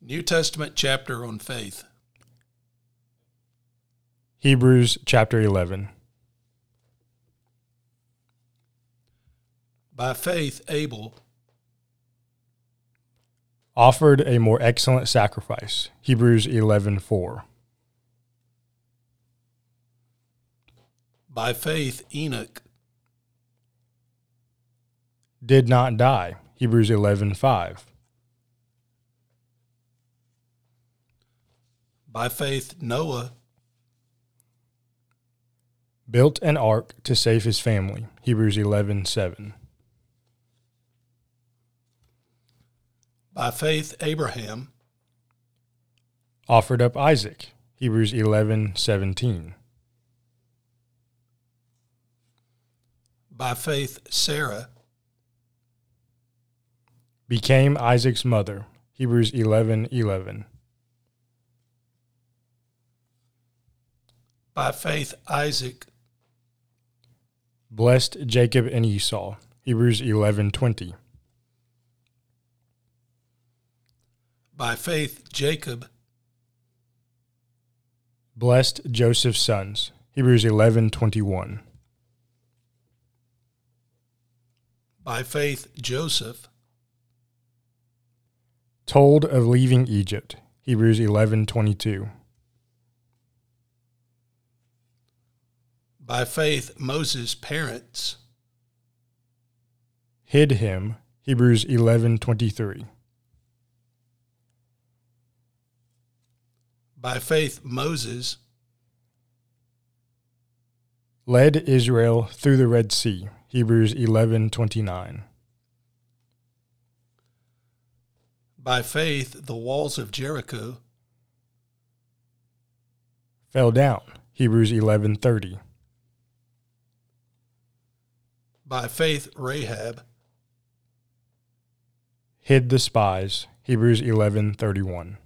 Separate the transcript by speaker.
Speaker 1: New Testament chapter on faith.
Speaker 2: Hebrews chapter 11.
Speaker 1: By faith, Abel,
Speaker 2: Offered a more excellent sacrifice. Hebrews 11:4.
Speaker 1: by faith, Enoch,
Speaker 2: Did not die. Hebrews 11:5.
Speaker 1: by faith, Noah,
Speaker 2: Built an ark to save his family. Hebrews 11:7.
Speaker 1: by faith, Abraham,
Speaker 2: Offered up Isaac. Hebrews 11:17.
Speaker 1: by faith, Sarah,
Speaker 2: Became Isaac's mother. Hebrews 11:11.
Speaker 1: by faith, Isaac,
Speaker 2: Blessed Jacob and Esau. Hebrews 11:20.
Speaker 1: by faith, Jacob,
Speaker 2: Blessed Joseph's sons. Hebrews 11:21.
Speaker 1: by faith, Joseph,
Speaker 2: Told of leaving Egypt. Hebrews 11:22.
Speaker 1: by faith, Moses' parents,
Speaker 2: hid him hebrews 11:23
Speaker 1: by faith, Moses,
Speaker 2: led israel through the red sea hebrews 11:29
Speaker 1: by faith, the walls of Jericho,
Speaker 2: fell down hebrews 11:30
Speaker 1: by faith, Rahab,
Speaker 2: hid the spies hebrews 11:31